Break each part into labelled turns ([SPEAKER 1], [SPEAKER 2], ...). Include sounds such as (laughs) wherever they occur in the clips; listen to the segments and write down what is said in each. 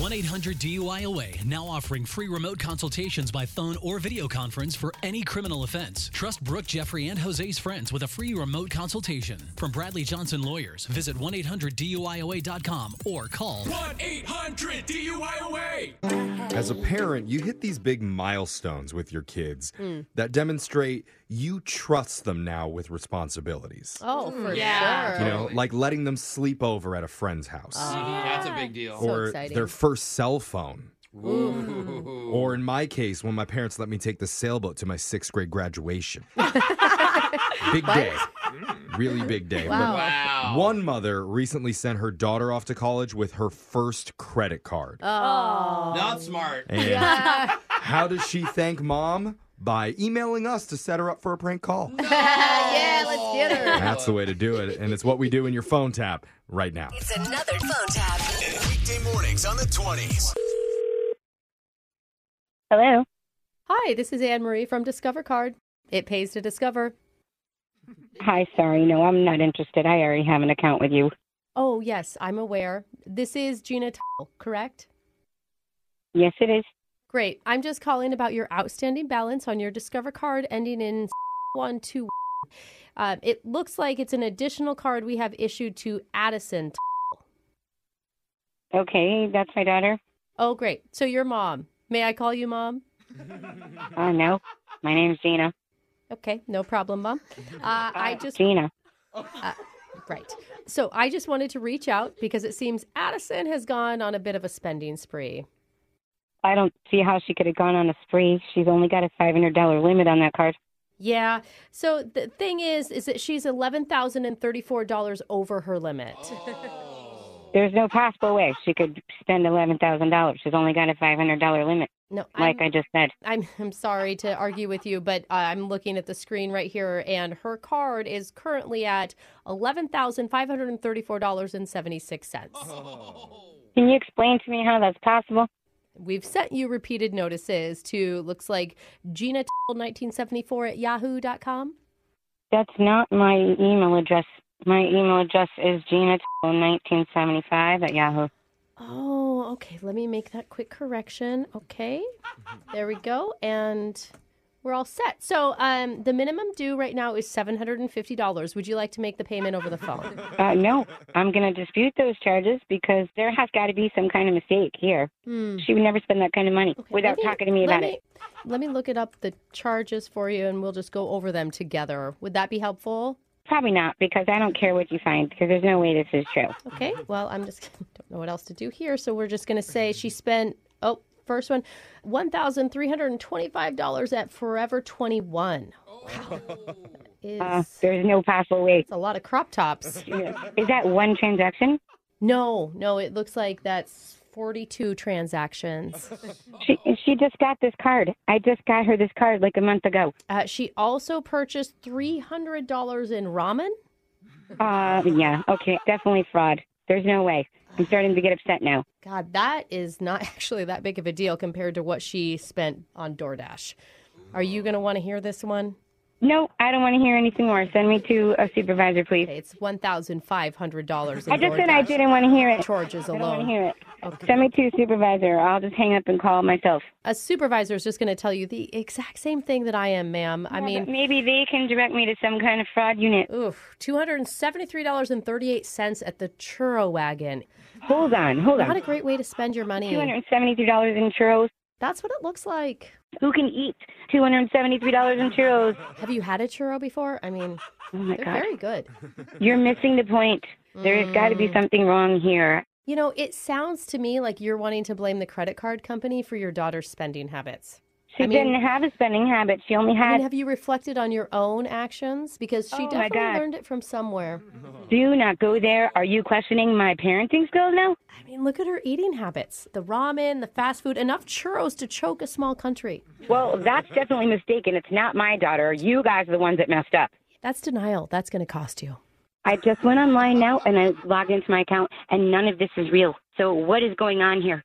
[SPEAKER 1] 1 800 DUIOA now offering free remote consultations by phone or video conference for any criminal offense. Trust Brooke, Jeffrey, and Jose's friends with a free remote consultation. From Bradley Johnson Lawyers, visit 1 800 DUIOA.com or call
[SPEAKER 2] 1 800 DUIOA.
[SPEAKER 3] As a parent, you hit these big milestones with your kids
[SPEAKER 4] Hmm.
[SPEAKER 3] that demonstrate you trust them now with responsibilities.
[SPEAKER 4] Oh, for
[SPEAKER 5] yeah.
[SPEAKER 4] sure.
[SPEAKER 3] You know, like letting them sleep over at a friend's house
[SPEAKER 5] That's a big deal.
[SPEAKER 4] Oh, So
[SPEAKER 3] or
[SPEAKER 4] exciting.
[SPEAKER 3] their first cell phone.
[SPEAKER 5] Ooh.
[SPEAKER 3] Or in my case, when my parents let me take the sailboat to my sixth grade
[SPEAKER 4] (laughs)
[SPEAKER 3] graduation. big day. Really big day.
[SPEAKER 5] (laughs)
[SPEAKER 4] Wow.
[SPEAKER 5] wow.
[SPEAKER 3] One mother recently sent her daughter off to college with her first credit card.
[SPEAKER 4] Oh.
[SPEAKER 5] Not smart.
[SPEAKER 3] And how does she thank mom? By emailing us to set her up for a prank call.
[SPEAKER 4] yeah, let's get her.
[SPEAKER 3] That's the way to do it. And it's what we do in your phone tap right now.
[SPEAKER 6] It's another phone tap.
[SPEAKER 2] Weekday mornings on the 20s.
[SPEAKER 7] Hello.
[SPEAKER 4] Hi, this is Anne Marie from Discover Card. It pays to discover.
[SPEAKER 7] Hi, sorry. No, I'm not interested. I already have an account with you.
[SPEAKER 4] Oh, yes, I'm aware. This is Gina, Tuttle, correct?
[SPEAKER 7] Yes, it is.
[SPEAKER 4] Great. I'm just calling about your outstanding balance on your Discover card ending in 121. Uh, it looks like it's an additional card we have issued to Addison. Tuttle.
[SPEAKER 7] Okay, that's my daughter.
[SPEAKER 4] Oh, great. So your mom. May I call you mom?
[SPEAKER 7] Oh, no. My name's Gina.
[SPEAKER 4] Okay, no problem, mom. Uh, (laughs) I just
[SPEAKER 7] Gina.
[SPEAKER 4] Right. So I just wanted to reach out because it seems Addison has gone on a bit of a spending spree.
[SPEAKER 7] I don't see how she could have gone on a spree. She's only got a $500 limit on that card.
[SPEAKER 4] Yeah. So the thing is, is that she's eleven thousand and thirty-four dollars over her limit.
[SPEAKER 7] There's no possible way she could spend $11,000. She's only got a $500 limit,
[SPEAKER 4] No,
[SPEAKER 7] like I
[SPEAKER 4] I'm,
[SPEAKER 7] just said.
[SPEAKER 4] I'm I'm sorry to argue with you, but uh, I'm looking at the screen right here, and her card is currently at eleven thousand five hundred and thirty-four dollars and seventy-six cents.
[SPEAKER 7] Can you explain to me how that's possible?
[SPEAKER 4] We've sent you repeated notices to looks like Gina nineteen seventy-four at yahoo.com.
[SPEAKER 7] That's not my email address. My email address is gina1975 at yahoo.
[SPEAKER 4] Oh, okay. Let me make that quick correction. Okay. There we go. And we're all set. So um, the minimum due right now is $750. Would you like to make the payment over the
[SPEAKER 7] (laughs)
[SPEAKER 4] phone?
[SPEAKER 7] Uh, no, I'm going to dispute those charges because there has got to be some kind of mistake here. She would never spend that kind of money
[SPEAKER 4] Hmm. Okay,
[SPEAKER 7] without
[SPEAKER 4] let me-
[SPEAKER 7] talking to me
[SPEAKER 4] let
[SPEAKER 7] about
[SPEAKER 4] me-
[SPEAKER 7] it.
[SPEAKER 4] Let me look it up, the charges for you, and we'll just go over them together. Would that be helpful?
[SPEAKER 7] Probably not because I don't care what you find because there's no way this is
[SPEAKER 4] (laughs)
[SPEAKER 7] true.
[SPEAKER 4] Okay. Well, I'm just (laughs) don't know what else to do here, so we're just going to say she spent oh, first one, one thousand three hundred and twenty-five dollars at Forever Twenty One.
[SPEAKER 7] Uh,
[SPEAKER 4] Wow. Is
[SPEAKER 7] there's no possible way.
[SPEAKER 4] a lot of crop tops.
[SPEAKER 7] Is that one transaction?
[SPEAKER 4] (laughs) No, no, it looks like that's 42 (laughs) transactions.
[SPEAKER 7] She she just got this card. I just got her this card like a month ago.
[SPEAKER 4] Uh, she also purchased $300 in ramen.
[SPEAKER 7] Uh, yeah, okay, definitely fraud. There's no way. I'm starting to get upset now.
[SPEAKER 4] God, that is not (laughs) actually that big of a deal compared to what she spent on DoorDash. Are you going to want to hear this one?
[SPEAKER 7] No, I don't want to hear anything more. Send me to a supervisor, please.
[SPEAKER 4] Okay, it's $1,500 in
[SPEAKER 7] I just said I
[SPEAKER 4] DoorDash
[SPEAKER 7] didn't want to hear it.
[SPEAKER 4] charges
[SPEAKER 7] I don't want to
[SPEAKER 4] alone.
[SPEAKER 7] hear it. Send me to a supervisor. I'll just hang up and call myself.
[SPEAKER 4] A supervisor is just going to tell you the exact same thing that I am, ma'am. I mean,
[SPEAKER 7] Maybe they can direct me to some kind of fraud unit.
[SPEAKER 4] oof, $273.38 at the churro wagon.
[SPEAKER 7] Hold on, hold
[SPEAKER 4] Not a
[SPEAKER 7] on.
[SPEAKER 4] great way to spend your money.
[SPEAKER 7] $273 in churros.
[SPEAKER 4] That's what it looks like.
[SPEAKER 7] Who can eat $273 in churros?
[SPEAKER 4] Have you had a churro before? I mean,
[SPEAKER 7] Oh my
[SPEAKER 4] they're
[SPEAKER 7] God.
[SPEAKER 4] very good. Mm.
[SPEAKER 7] You're missing the point. There has got to be something wrong here.
[SPEAKER 4] You know, it sounds to me like you're wanting to blame the credit card company for your daughter's spending habits.
[SPEAKER 7] She
[SPEAKER 4] I mean-
[SPEAKER 7] didn't have a spending habit. She only
[SPEAKER 4] I mean,
[SPEAKER 7] had.
[SPEAKER 4] have you reflected on your own actions? Because she
[SPEAKER 7] Oh, my
[SPEAKER 4] definitely
[SPEAKER 7] God.
[SPEAKER 4] learned it from somewhere.
[SPEAKER 7] Do not go there. Are you questioning my parenting skills now?
[SPEAKER 4] I mean, look at her eating habits the ramen, the fast food, enough churros to choke a small country.
[SPEAKER 7] Well, that's definitely mistaken. It's not my daughter. You guys are the ones that messed up.
[SPEAKER 4] That's denial. That's going to cost you.
[SPEAKER 7] I just went online now and I logged into my account, and none of this is real. So, what is going on here?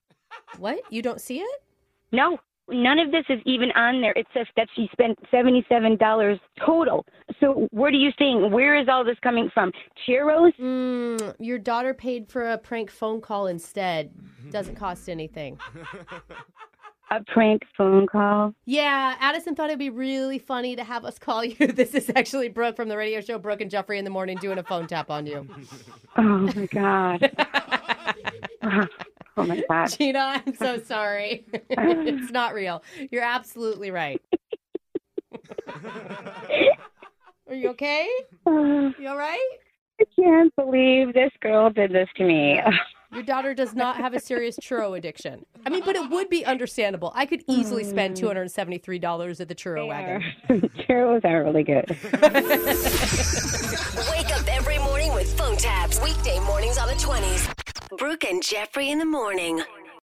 [SPEAKER 4] What? You don't see it?
[SPEAKER 7] No, none of this is even on there. It says that she spent seventy-seven dollars total. So what are you saying? Where is all this coming from? Cheeros?
[SPEAKER 4] Mm, your daughter paid for a prank phone call instead. Doesn't cost anything.
[SPEAKER 7] A prank phone call?
[SPEAKER 4] Yeah, Addison thought it'd be really funny to have us call (laughs) you. This is actually Brooke from the radio show Brooke and Jeffrey in the morning doing a phone tap on you.
[SPEAKER 7] Oh my god! (laughs) oh my god!
[SPEAKER 4] Gina, I'm so sorry. (laughs) it's not real. You're absolutely right. Are you okay?
[SPEAKER 7] Oh,
[SPEAKER 4] You all right?
[SPEAKER 7] (laughs) I can't believe this girl did this to me. (laughs)
[SPEAKER 4] Your daughter does not have a serious churro addiction. I mean, but it would be understandable. I could easily spend $273 at the churro wagon.
[SPEAKER 7] Cheeros are really good.
[SPEAKER 6] Wake up every morning with phone taps. Weekday mornings on the 20s. Brooke and Jeffrey in the morning.